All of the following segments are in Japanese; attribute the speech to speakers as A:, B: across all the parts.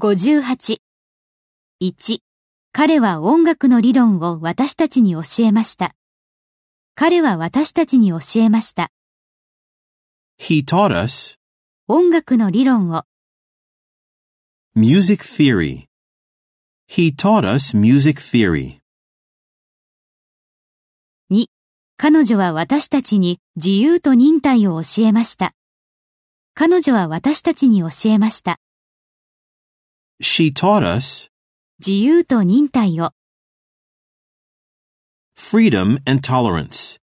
A: 58.1. 彼は音楽の理論を私たちに教えました。彼は私たちに教えました。
B: He taught us
A: 音楽の理論を
B: music theory. He taught us music theory.
A: 彼女は私たちに自由と忍耐を教えました。彼女は私たちに教えました。
B: She taught us
A: 自由と忍耐を
B: freedom and tolerance.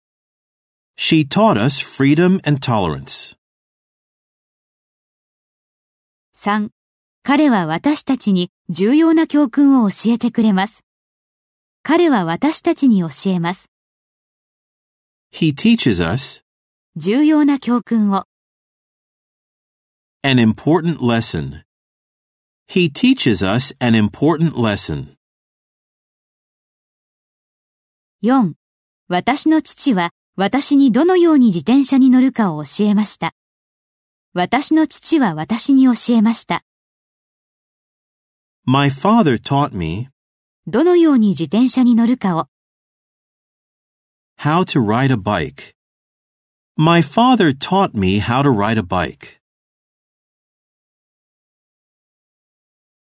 B: She taught us freedom and tolerance.
A: 3. 彼は私たちに重要な教訓を教えてくれます。彼は私たちに教えます。
B: He teaches us
A: 重要な教訓を
B: an important lesson. He teaches us an important lesson.
A: 4. 私の父は私にどのように自転車に乗るかを教えました。私の父は私に教えました。
B: My father taught me
A: どのように自転車に乗るかを
B: how to ride a bike. My father taught me how to ride a bike.